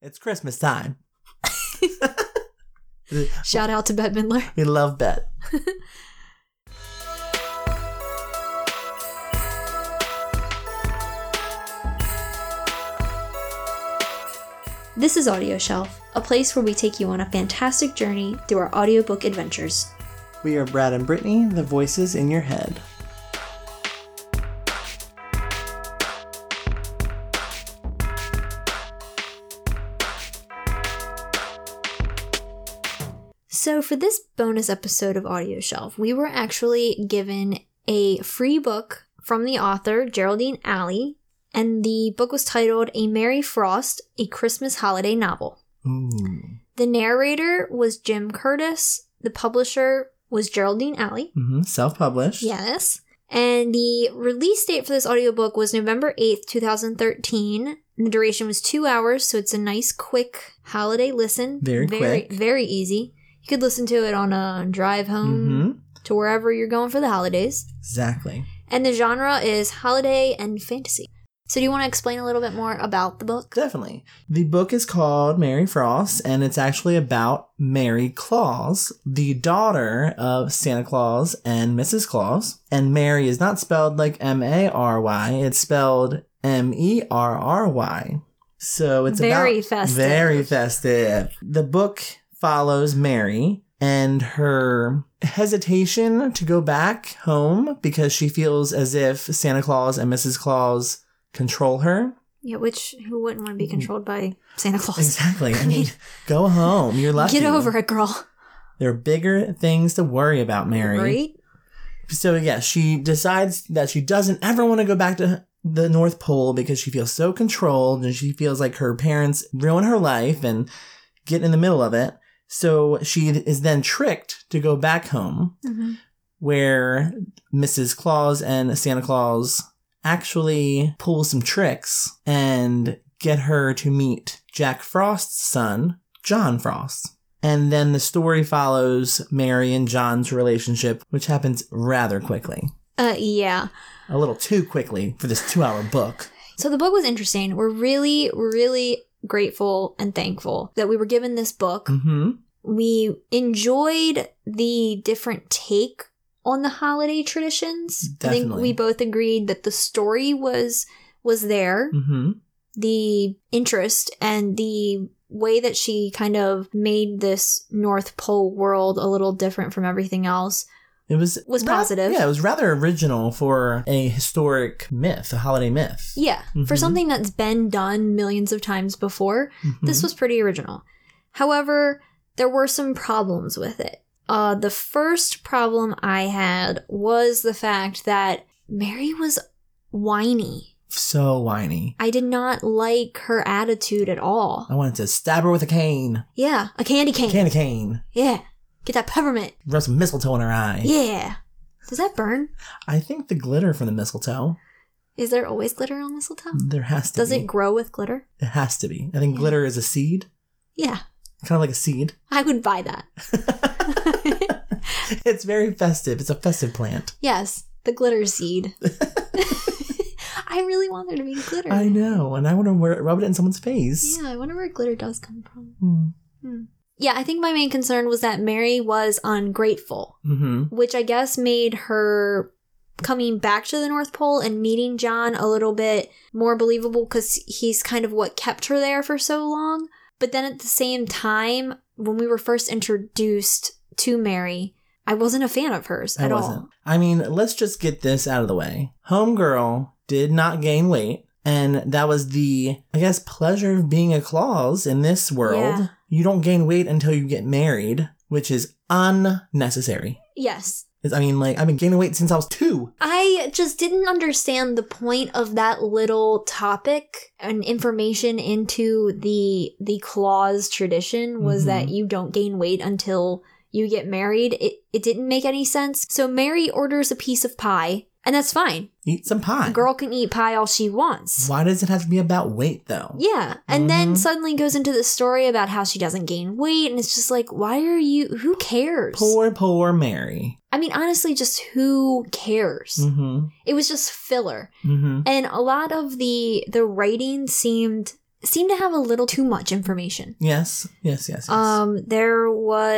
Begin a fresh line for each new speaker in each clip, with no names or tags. It's Christmas time.
Shout out to Bette Midler.
We love Bet.
This is Audio Shelf, a place where we take you on a fantastic journey through our audiobook adventures.
We are Brad and Brittany, the voices in your head.
So, for this bonus episode of Audio Shelf, we were actually given a free book from the author Geraldine Alley, and the book was titled A Mary Frost, a Christmas Holiday Novel.
Mm.
The narrator was Jim Curtis, the publisher was Geraldine Alley.
hmm Self published.
Yes. And the release date for this audiobook was November 8th, 2013. And the duration was two hours, so it's a nice, quick holiday listen.
Very
very,
quick.
very easy. You could listen to it on a drive home
hmm
to wherever you're going for the holidays.
Exactly.
And the genre is holiday and fantasy. So, do you want to explain a little bit more about the book?
Definitely. The book is called Mary Frost, and it's actually about Mary Claus, the daughter of Santa Claus and Mrs. Claus. And Mary is not spelled like M A R Y, it's spelled M E R R Y. So it's
very
about
festive.
very festive. The book follows Mary and her hesitation to go back home because she feels as if Santa Claus and Mrs. Claus control her.
Yeah, which who wouldn't want to
Mm-hmm.
be controlled by Santa Claus?
Exactly. I mean, go home. You're lucky.
Get over it, girl.
There are bigger things to worry about, Mary.
Right?
So yeah, she decides that she doesn't ever want to go back to the North Pole because she feels so controlled and she feels like her parents ruin her life and get in the middle of it. So she is then tricked to go back home
hmm
where Mrs. Claus and Santa Claus actually pull some tricks and get her to meet Jack Frost's son, John Frost. And then the story follows Mary and John's relationship, which happens rather quickly.
Uh, yeah.
A little too quickly for this two hour book.
So the book was interesting. We're really, really grateful and thankful that we were given this book.
hmm
We enjoyed the different take on the holiday traditions. I think
Definitely.
we both agreed that the story was was there,
hmm
the interest and the way that she kind of made this North Pole world a little different from everything else.
It was
Was
ra-
positive.
Yeah, it was rather original for a historic myth, a holiday myth.
Yeah, for
Mhm.
something that's been done millions of times before,
Mhm.
This was pretty original. However, there were some problems with it. Uh, the first problem I had was the fact that Mary was whiny.
so whiny.
I did not like her attitude at all.
I wanted to stab her with a cane.
Yeah, a candy cane.
Candy cane.
yeah, get that peppermint.
Rub some mistletoe in her eye.
Yeah. Does that burn?
I think the glitter from the mistletoe.
Is there always glitter on mistletoe?
There has to
Does
be.
it grow with glitter?
It has to be. I think glitter is a seed,
Yeah,
kind of like a seed.
I would buy that.
It's very festive. It's a festive plant.
Yes, the glitter seed. I really want there to be glitter.
I know, and I want to wear it, rub it in someone's face.
Yeah, I wonder where glitter does come from.
Mm-hmm.
Yeah, I think my main concern was that Mary was ungrateful,
Mm-hmm.
which I guess made her coming back to the North Pole and meeting John a little bit more believable because he's kind of what kept her there for so long. But then at the same time, when we were first introduced to Mary, I wasn't a fan of hers
I
at
wasn't.
all.
I mean, let's just get this out of the way. Homegirl did not gain weight, and that was the, I guess, pleasure of being a Claus in this world.
Yeah.
You don't gain weight until you get married, which is unnecessary.
Yes.
It's- I mean, like, I've been gaining weight since I was two.
I just didn't understand the point of that little topic and information into the the clause tradition was that you don't gain weight until you get married. It it didn't make any sense. So Mary orders a piece of pie, and that's fine.
Eat some pie.
A girl can eat pie all she wants.
Why does it have to be about weight, though?
Yeah, and then
Mhm.
suddenly goes into the story about how she doesn't gain weight, and it's just like, why are you? Who cares?
Poor, poor Mary.
I mean, honestly, just who cares?
Mm-hmm.
It was just filler.
Mm-hmm.
and a lot of the the writing seemed seemed to have a little too much information.
Yes, yes, yes. yes.
Um, there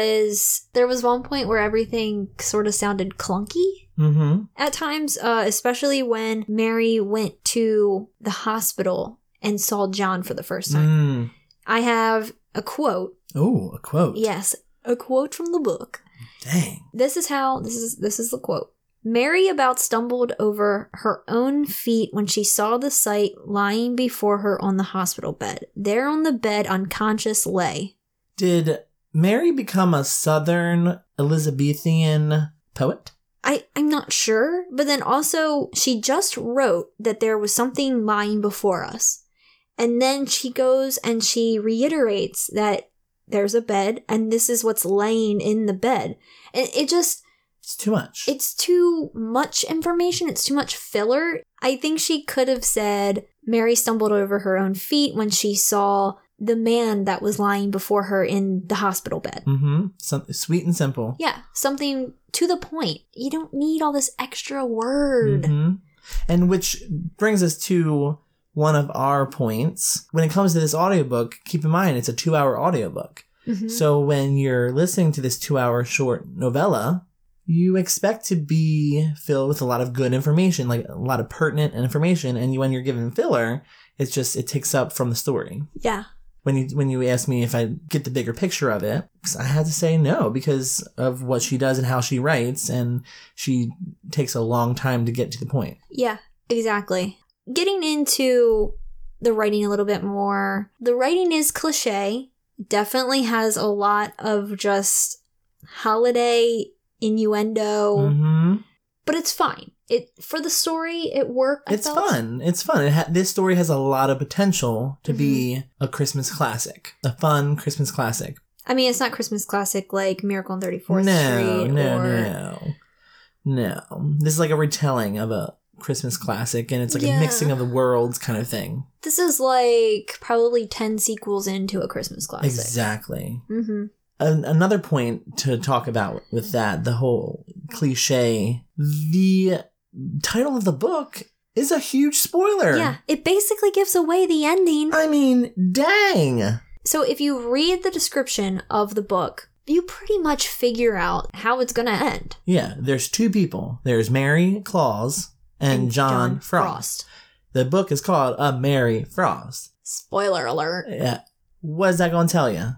was there was one point where everything sort of sounded clunky
mm-hmm.
at times, uh, especially when Mary went to the hospital and saw John for the first time.
Mm.
I have a quote.
Oh, a quote.
Yes, a quote from the book.
Dang.
This is how this is this is the quote. Mary about stumbled over her own feet when she saw the sight lying before her on the hospital bed. There on the bed unconscious lay.
Did Mary become a Southern Elizabethan poet?
I, I'm not sure, but then also she just wrote that there was something lying before us. And then she goes and she reiterates that there's a bed and this is what's laying in the bed. And it just
It's too much.
it's too much information. It's too much filler. I think she could have said Mary stumbled over her own feet when she saw the man that was lying before her in the hospital bed.
mm-hmm. Something sweet and simple.
Yeah, something to the point. You don't need all this extra word.
Mhm. And which brings us to one of our points. When it comes to this audiobook, keep in mind it's a two hour audiobook.
Mhm.
So when you're listening to this two hour short novella, you expect to be filled with a lot of good information, like a lot of pertinent information. And when you're given filler, it's just, it takes up from the story.
Yeah.
When you, when you asked me if I get the bigger picture of it, I had to say no because of what she does and how she writes. And she takes a long time to get to the point.
Yeah, exactly. Getting into the writing a little bit more, the writing is cliche, definitely has a lot of just holiday innuendo,
hmm
but it's fine. It for the story, it worked. I
It's
felt.
fun. It's fun. It ha- this story has a lot of potential to be
Mm-hmm.
a Christmas classic, a fun Christmas classic.
I mean, it's not Christmas classic like Miracle on 34th
no,
Street
no,
or
no, no. This is like a retelling of a Christmas classic, and it's like
Yeah.
a mixing of the worlds kind of thing.
this is like probably 10 sequels into a Christmas classic.
Exactly.
hmm
An- another point to talk about with that, the whole cliche, the title of the book is a huge spoiler.
Yeah, it basically gives away the ending.
I mean, dang.
So if you read the description of the book, you pretty much figure out how it's going to end.
Yeah, there's two people. There's Mary Claus and, John, Frost. The book is called A Mary Frost.
Spoiler alert.
Yeah. What is that going to tell you?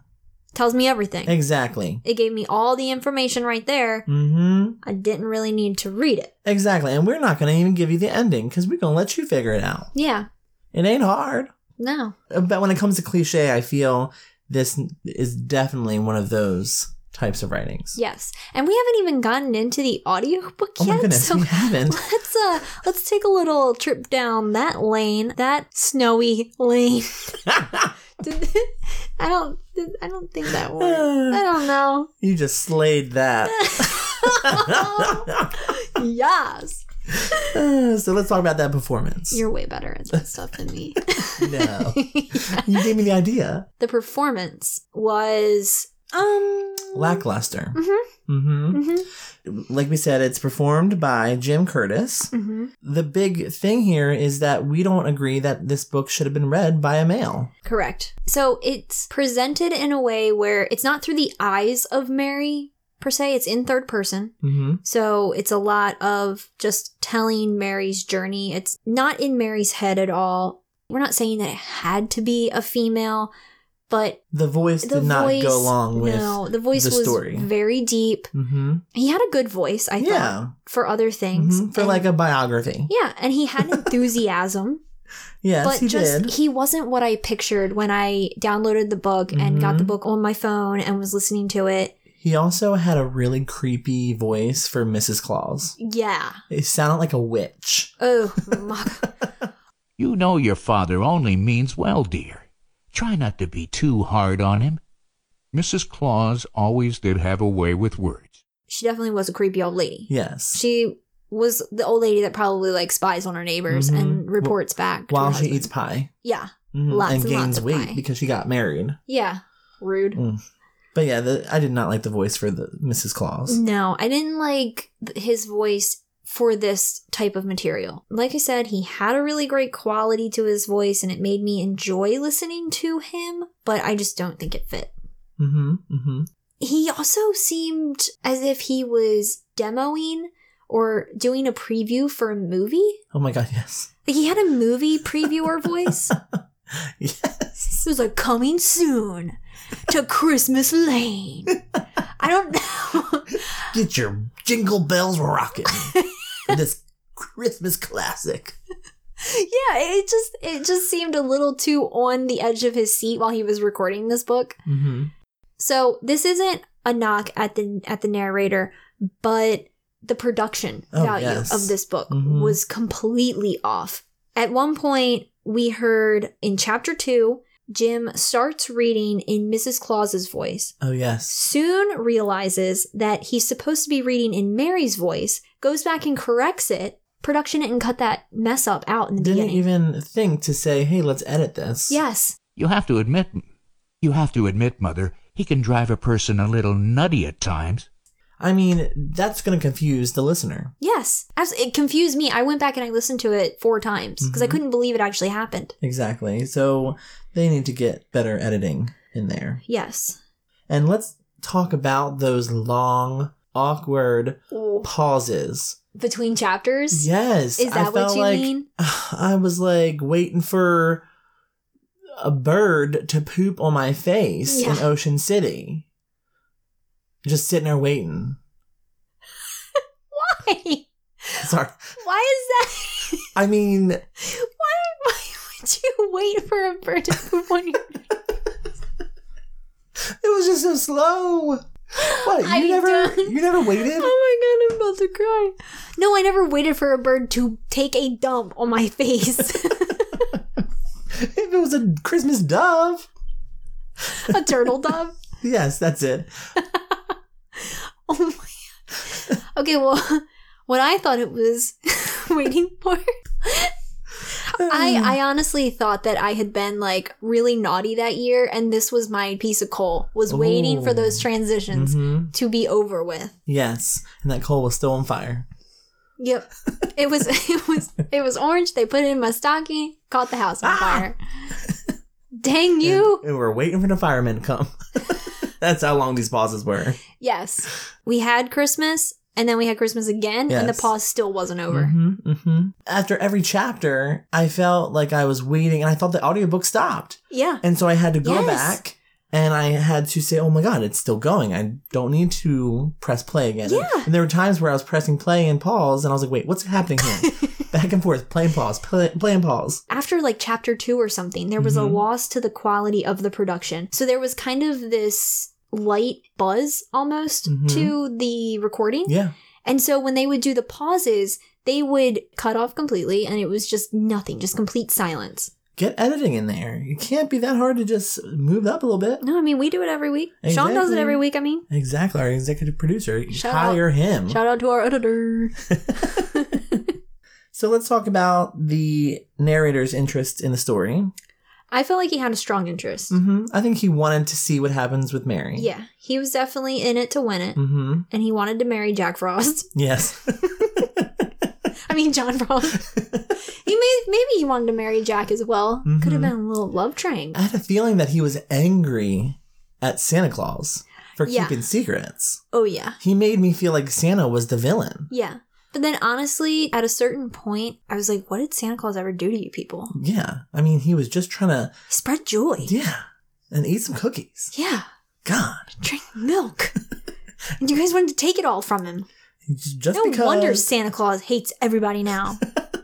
Tells me everything.
Exactly.
It gave me all the information right there.
Mm-hmm.
I didn't really need to read it.
Exactly. And we're not going to even give you the ending because we're going to let you figure it out.
Yeah.
It ain't hard.
No.
But when it comes to cliche, I feel this is definitely one of those types of writings.
Yes. And we haven't even gotten into the audiobook
Oh
yet.
my goodness,
so
we haven't.
let's uh let's take a little trip down that lane. That snowy lane. Did- I don't I don't think that worked. I don't know.
you just slayed that.
yes.
Uh, so let's talk about that performance.
You're way better at that stuff than me.
no. You gave me the idea.
the performance was um
Lackluster.
Mhm.
Mm-hmm.
mhm,
Like we said, it's performed by Jim Curtis.
mhm.
The big thing here is that we don't agree that this book should have been read by a male.
Correct. So it's presented in a way where it's not through the eyes of Mary per se, it's in third person.
Mm-hmm.
So it's a lot of just telling Mary's journey. It's not in Mary's head at all. We're not saying that it had to be a female, but
The voice
the
did not
voice
go along with.
no, the voice
the
was
story.
very deep.
Mm-hmm.
He had a good voice, I thought,
Yeah.
for other things.
Mhm. For
And-
like a biography.
Yeah, and he had enthusiasm,
Yes,
but
he
just
did.
he wasn't what I pictured when I downloaded the book and got the
Mhm.
book on my phone and was listening to it.
He also had a really creepy voice for Mrs. Claus.
Yeah.
It sounded like a witch.
Oh, my God.
You know your father only means well, dear. Try not to be too hard on him. Mrs. Claus always did have a way with words.
she definitely was a creepy old lady.
Yes.
She was the old lady that probably like spies on her neighbors
Mhm.
and reports back to
While
her
she
husband.
eats pie.
Yeah,
Mhm.
Lots
and
and
gains
lots of
weight
pie.
because she got married.
yeah, rude.
But
Mm.
yeah, the, I did not like the voice for the Mrs. Claus.
No, I didn't like th- his voice for this type of material. Like I said, he had a really great quality to his voice and it made me enjoy listening to him, but I just don't think it fit.
Mm-hmm. Mm-hmm.
He also seemed as if he was demoing or doing a preview for a movie.
Oh my god, yes.
Like he had a movie previewer voice.
Yes.
It was like coming soon to Christmas Lane. I don't know.
Get your jingle bells rocking. this Christmas classic.
yeah, it just it just seemed a little too on the edge of his seat while he was recording this book.
Mm-hmm.
So this isn't a knock at the at the narrator, but the production
Oh,
value
yes.
of this book
Mhm.
was completely off. At one point, we heard in chapter two, Jim starts reading in Mrs. Claus's voice,
Oh yes.
soon realizes that he's supposed to be reading in Mary's voice, goes back and corrects it. Production didn't cut that mess up out in the
Didn't
beginning.
even think to say, "Hey, let's edit this."
yes.
You have to admit, you have to admit, Mother, he can drive a person a little nutty at times.
I mean, that's going to confuse the listener.
Yes. As it confused me. I went back and I listened to it four times because I
Mhm.
couldn't believe it actually happened.
Exactly. So they need to get better editing in there.
Yes.
And let's talk about those long, awkward pauses.
Between chapters?
Yes.
Is that
I
what
felt
you
like
mean?
I was like waiting for a bird to poop on my face in
Yeah.
Ocean City. Just sitting there waiting.
Why?
Sorry.
Why is that?
I mean,
Why, why would you wait for a bird to poop on your
it was just so slow. What you
I
never
don't-
you never waited?
Oh my god, I'm about to cry. No, I never waited for a bird to take a dump on my face.
if it was a Christmas dove.
a turtle dove.
Yes, that's it.
Oh my god. Okay, well, what I thought it was waiting for. I, I honestly thought that I had been like really naughty that year, and this was my piece of coal. Was waiting for
Ooh.
those transitions
Mhm.
to be over with.
Yes, and that coal was still on fire.
Yep. It was it was it was orange. They put it in my stocking, caught the house on
Ah!
fire. Dang you.
And, and we're waiting for the firemen to come. That's how long these pauses were.
Yes. We had Christmas and then we had Christmas again and the
Yes.
pause still wasn't over.
Mm-hmm, mm-hmm. After every chapter, I felt like I was waiting, and I thought the audiobook stopped,
Yeah.
and so I had to go
Yes.
back. And I had to say, "Oh my God, it's still going! I don't need to press play again."
Yeah.
And there were times where I was pressing play and pause, and I was like, "Wait, what's happening here?" back and forth, play and pause, play, play and pause.
After like chapter 2 or something, there was
Mhm.
a loss to the quality of the production. So there was kind of this light buzz almost
Mhm.
to the recording.
Yeah.
And so when they would do the pauses, they would cut off completely and it was just nothing, just complete silence.
get editing in there. It can't be that hard to just move it up a little bit.
No, I mean, we do it every week. Sean does
Exactly.
it
Mm-hmm.
every week, I mean.
Exactly, our executive producer.
Shout out.
hire him.
Shout out to our editor.
So let's talk about the narrator's interest in the story.
I felt like he had a strong interest.
hmm I think he wanted to see what happens with Mary.
Yeah, he was definitely in it to win it,
hmm
and he wanted to marry Jack Frost.
Yes.
I mean, John Frost. he may maybe he wanted to marry Jack as well. Could have
Mhm.
been a little love triangle.
I had a feeling that he was angry at Santa Claus for
Yeah.
keeping secrets.
Oh yeah,
He made me feel like Santa was the villain.
yeah. But then honestly, at a certain point, I was like, "What did Santa Claus ever do to you people?
Yeah. I mean, he was just trying to,
Spread joy.
yeah, and eat some cookies.
Yeah,
God.
drink milk." and you guys wanted to take it all from him.
Just
no
because.
wonder Santa Claus hates everybody now.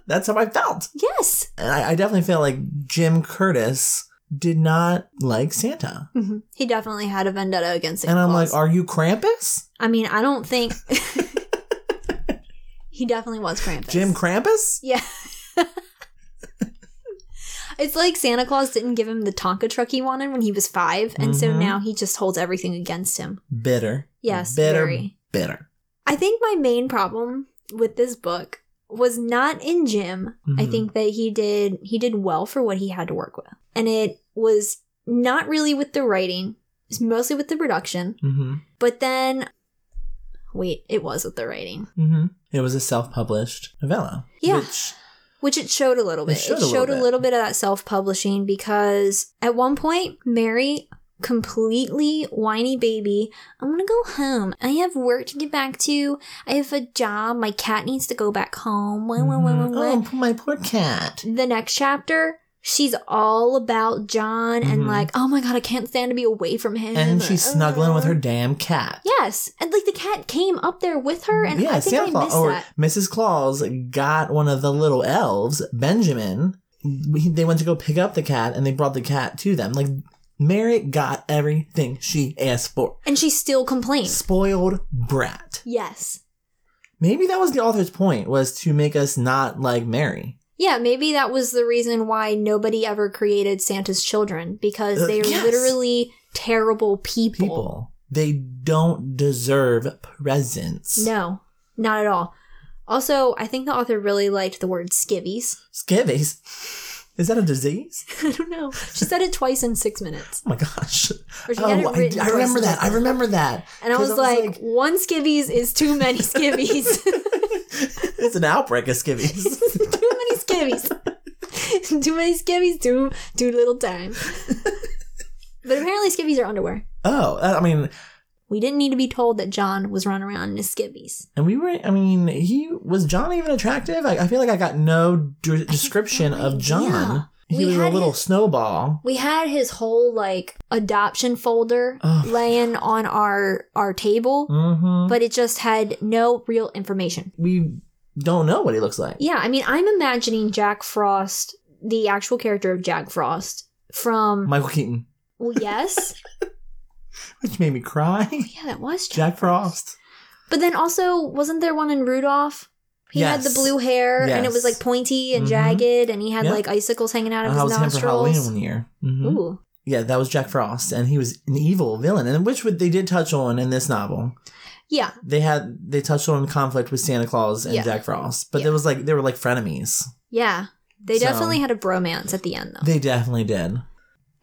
That's how I felt.
yes.
And I, I definitely feel like Jim Curtis did not like Santa.
Mhm. He definitely had a vendetta against Santa
and I'm
Claus.
like, are you Krampus?
I mean, I don't think he definitely was Krampus.
Jim Krampus?
yeah. it's like Santa Claus didn't give him the Tonka truck he wanted when he was five, and so
Mhm.
now he just holds everything against him.
Bitter.
Yes,
Bitter.
very.
Bitter.
I think my main problem with this book was not in Jim. I
Mhm.
think that he did he did well for what he had to work with, and it was not really with the writing. It's mostly with the production.
Mm-hmm.
But then Wait, it was with the writing.
hmm It was a self published novella.
Yeah.
Which,
Which it showed a little
It
bit. It
showed
showed,
a little
a
bit.
little bit of that self publishing because at one point, Mary, completely whiny baby, I'm gonna go home. I have work to get back to. I have a job. My cat needs to go back home. Wah, wah, wah, wah,
Mhm.
wah.
Oh, my poor cat.
The next chapter, she's all about John
Mhm.
and like, oh my god, I can't stand to be away from him.
And she's snuggling with her
Uh,
damn cat.
Yes, and like the cat came up there with her, and I think I missed
or
that.
Mrs. Claus got one of the little elves, Benjamin. We- They went to go pick up the cat, and they brought the cat to them. Like Mary got everything she asked for.
And she still complains.
Spoiled brat.
Yes.
Maybe that was the author's point was to make us not like Mary.
Yeah, maybe that was the reason why nobody ever created Santa's children because
Uh,
they are
yes.
literally terrible people.
People, they don't deserve presents.
No, not at all. Also, I think the author really liked the word skivvies.
Skivvies. Is that a disease?
I don't know. She said it twice in six minutes.
Oh my gosh.
Or she had
Oh,
it
I,
written
I
twice
remember
in
that.
six
I
minutes.
remember that.
And I
'Cause
was, like, one skivvies is too many skivvies.
it's an outbreak of skivvies.
too many skivvies. too many skivvies, too too little time. but apparently skivvies are underwear.
oh, I mean,
We didn't need to be told that John was running around in his skivvies.
and we were. I mean, he was John even attractive? I, I feel like I got no d- description
no
of
idea.
John. He
We
was a
had
little
his-
snowball.
We had his whole like adoption folder
Oh.
laying on our our table,
hmm
but it just had no real information.
we don't know what he looks like.
Yeah, I mean, I'm imagining Jack Frost, the actual character of Jack Frost from
Michael Keaton,
well, yes,
which made me cry.
yeah, that was Jack.
Jack Frost.
But then also, wasn't there one in Rudolph? He had the
Yes.
blue hair and it
Yes.
was like pointy and
Mhm.
jagged, and he had
Yep.
like icicles hanging out of
Oh, I
his
was him for Halloween
nostrils.
one year. Mhm.
Ooh,
Yeah, that was Jack Frost, and he was an evil villain, and which would, they did touch on in this novel.
yeah,
They had they touched on conflict with Santa Claus and
Yeah.
Jack Frost, but
Yeah.
there was like they were like frenemies.
Yeah. They
So-
definitely had a bromance at the end, though.
They definitely did.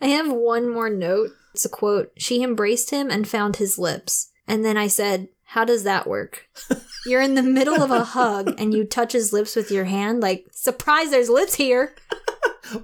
I have one more note. It's a quote She embraced him and found his lips. And then I said, How does that work? You're in the middle of a hug and you touch his lips with your hand. Like, surprise, there's lips here.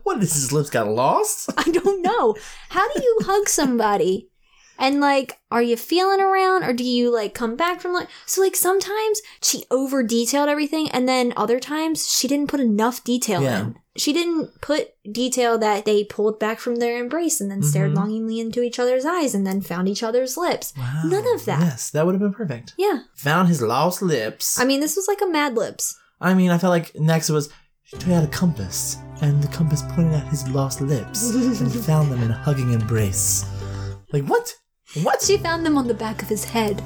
What is his lips got lost?
I don't know. How do you hug somebody? And like, are you feeling around or do you like come back from like? So, like, sometimes she over detailed everything and then other times she didn't put enough detail
Yeah.
in. She didn't put detail that they pulled back from their embrace and then stared
Mhm.
longingly into each other's eyes and then found each other's lips.
Wow.
None of that.
Yes, that would have been perfect.
Yeah.
Found his lost lips.
I mean, this was like a Mad Lips.
I mean, I felt like next was she had a compass, and the compass pointed at his lost lips and found them in a hugging embrace. Like what? What?
She found them on the back of his head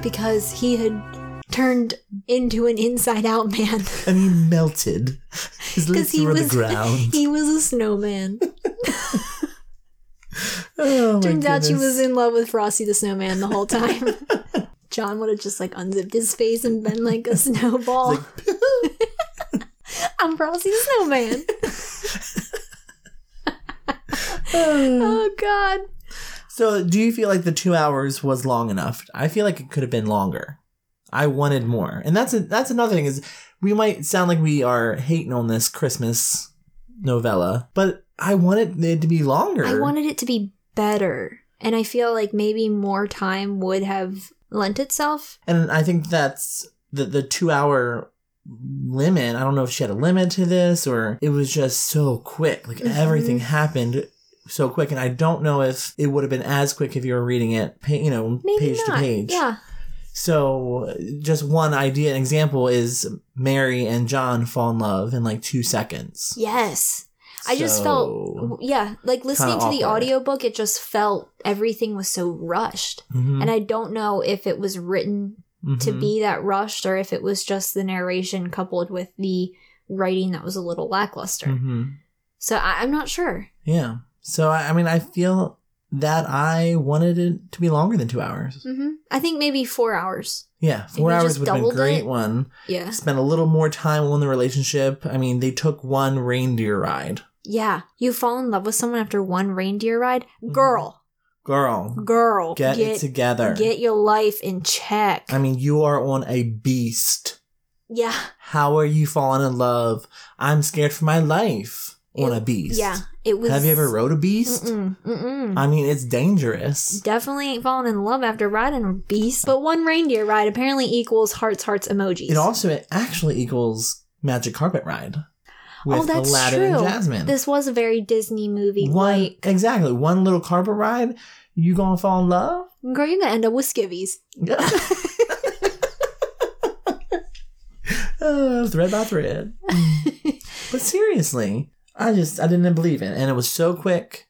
because he had turned into an inside out man.
and he melted. His lips were on the ground.
he was a snowman.
Oh, my
Turns out she
goodness.
was in love with Frosty the Snowman the whole time. John would have just like unzipped his face and been like a snowball. I'm Frosty the Snowman. oh God.
So, do you feel like the two hours was long enough? I feel like it could have been longer. I wanted more, and that's a, that's another thing is we might sound like we are hating on this Christmas novella, but I wanted it to be longer.
I wanted it to be better, and I feel like maybe more time would have lent itself.
and I think that's the the two hour limit. I don't know if she had a limit to this or it was just so quick. Like
Mhm.
everything happened so quick, and I don't know if it would have been as quick if you were reading it, pa- you know,
Maybe
page
not.
to page.
Yeah.
So, just one idea, an example is Mary and John fall in love in like two seconds.
Yes. I just
So-
felt yeah, like listening to
Kinda
the
awkward.
audiobook, it just felt everything was so rushed.
Mhm,
And I don't know if it was written to
mhm.
be that rushed or if it was just the narration coupled with the writing that was a little lackluster.
Mhm.
So I, I'm not sure.
Yeah. So, I, I mean, I feel that I wanted it to be longer than two hours.
hmm I think maybe four hours.
Yeah, four
we
hours
just
would have been a
doubled
great
it?
one.
Yeah.
Spent a little more time on the relationship. I mean, they took one reindeer ride.
Yeah. You fall in love with someone after one reindeer ride? Girl.
Girl,
Girl,
Mm-hmm. get, it together.
get your life in check.
I mean, you are on a beast.
yeah.
How are you falling in love? I'm scared for my life on
It-
a beast.
Yeah. It was.
Have you ever rode a beast?
Mm-mm, mm-mm.
I mean, it's dangerous.
Definitely ain't falling in love after riding a beast. But one reindeer ride apparently equals hearts, hearts, emojis.
It also it actually equals Magic Carpet Ride with
oh, that's
Aladdin
true.
and Jasmine.
This was a very Disney movie.
one
Like,
exactly one little carpet ride, you gonna fall in love.
girl, you're gonna end up with skivvies.
Uh, thread by thread. but seriously, I just I didn't believe it, and it was so quick.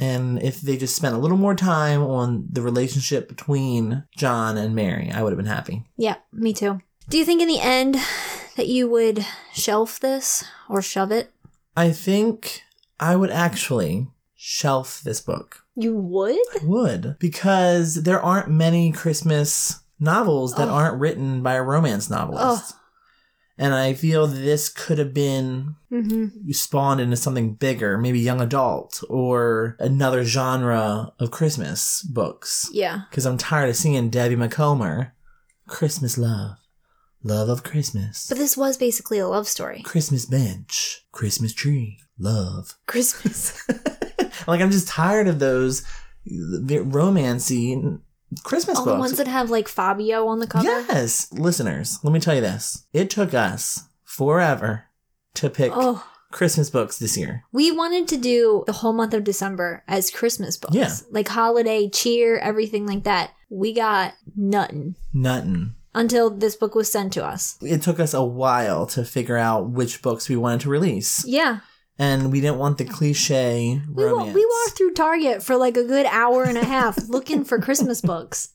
And if they just spent a little more time on the relationship between John and Mary, I would have been happy.
Yeah, me too. Do you think in the end that you would shelf this or shove it?
I think I would actually shelf this book.
You would?
would because there aren't many Christmas novels that
Ugh.
aren't written by a romance novelist. And I feel this could have been
Mm-hmm.
spawned into something bigger, maybe young adult or another genre of Christmas books.
Yeah.
Because I'm tired of seeing Debbie McComber, Christmas love, love of Christmas,
But this was basically a love story.
Christmas bench, Christmas tree, love.
Christmas.
like I'm just tired of those the romancy Christmas
All the
books.
ones that have like Fabio on the cover.
Yes, listeners, let me tell you this. It took us forever to pick
Oh,
Christmas books this year.
we wanted to do the whole month of December as Christmas books.
Yeah.
Like holiday, cheer, everything like that. We got nothing
Nothing.
until this book was sent to us.
It took us a while to figure out which books we wanted to release,
Yeah.
and we didn't want the cliche
We, wa-
romance.
we walked through Target for like a good hour and a half looking for Christmas books.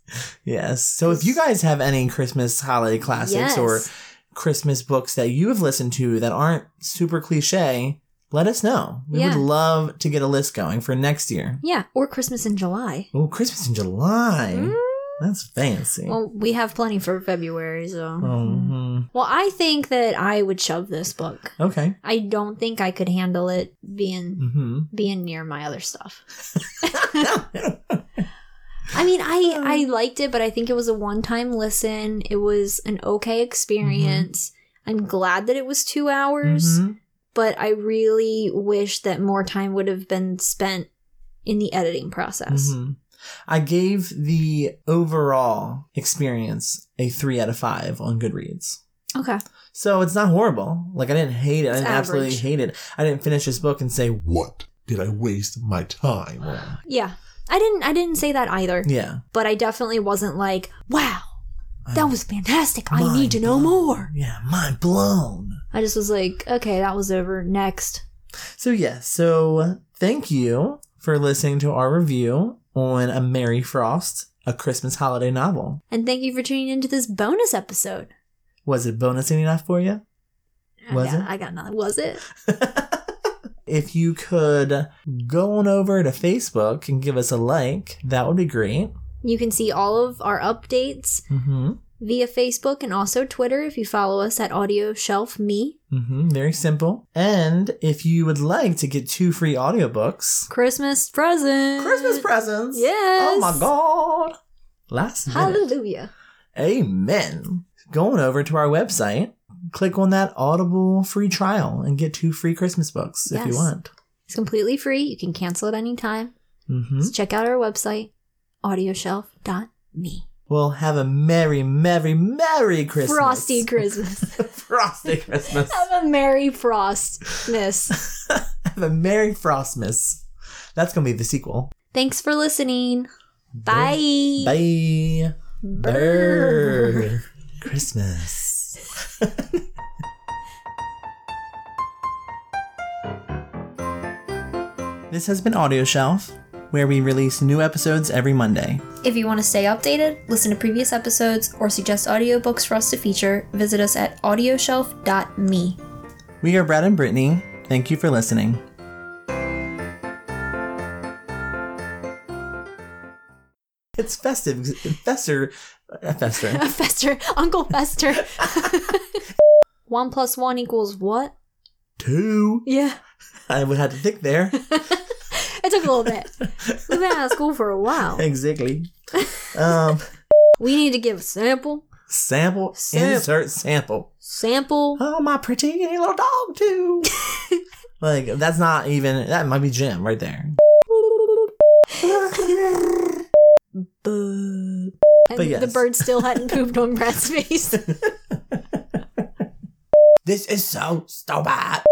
yes. So if you guys have any Christmas holiday classics or
Yes.
Christmas books that you have listened to that aren't super cliche, let us know. We
Yeah.
would love to get a list going for next year.
Yeah, or Christmas in July.
Oh, Christmas in July.
Mm. Oh.
That's fancy.
Well, we have plenty for February, so.
hmm
Well, I think that I would shove this book.
Okay.
I don't think I could handle it being
Mm-hmm.
being near my other stuff. I mean, I I liked it, but I think it was a one-time listen. It was an okay experience. I'm glad that it was 2
Mm-hmm.
hours, but I really wish that more time would have been spent in the editing process.
Mm-hmm. I gave the overall experience a three out of five on Goodreads.
Okay.
So it's not horrible. Like I didn't hate it. I
It's
didn't absolutely
average.
hate it. I didn't finish this book and say,
What did I waste my time on?
Yeah. I didn't I didn't say that either,
yeah.
but I definitely wasn't like, "Wow, that
I'm
was fantastic. I
Uh, mind
need to know
blown."
more."
Yeah, mind blown.
I just was like, okay, that was over. Next.
So yes, so thank you for listening to our review on A Mary Frost, a Christmas holiday novel.
And thank you for tuning into this bonus episode.
Was it bonusing enough for you? Was
I got,
it?
I got nothing. Was it?
if you could go on over to Facebook and give us a like, that would be great.
You can see all of our updates
Mm-hmm.
via Facebook and also Twitter if you follow us at Audio Shelf Me.
Mm-hmm. Very simple. And if you would like to get two free audiobooks,
Christmas present.
Christmas presents.
Uh, Yes.
Oh my God. Last minute.
Hallelujah.
Amen. Go on over to our website, click on that Audible free trial, and get two free Christmas books if
Yes.
you want.
It's completely free. You can cancel at any time.
Mm-hmm.
So check out our website, audioshelf.me.
We'll have a merry, merry, merry Christmas.
Frosty Christmas.
Frosty Christmas.
Have a Merry Frost, Miss.
Have a Merry Frostmas. That's going to be the sequel.
Thanks for listening. Bye.
Bye.
Brr.
Bird. Christmas. This has been Audio Shelf, where we release new episodes every Monday.
If you want to stay updated, listen to previous episodes, or suggest audiobooks for us to feature, visit us at audioshelf.me.
We are Brad and Brittany. Thank you for listening. It's festive. Fester. uh, Fester.
Fester, Uncle Fester. one plus one equals what?
Two.
Yeah.
I would have to think there.
It took a little bit. We've been out of school for a while.
Exactly. Um,
We need to give a sample,
sample,
Sample.
insert sample.
sample.
Oh, my pretty itty little dog too. like that's not even that might be Jim right there.
Boo. And
But
the
yes.
bird still hadn't pooped on Brad's face.
This is so stupid.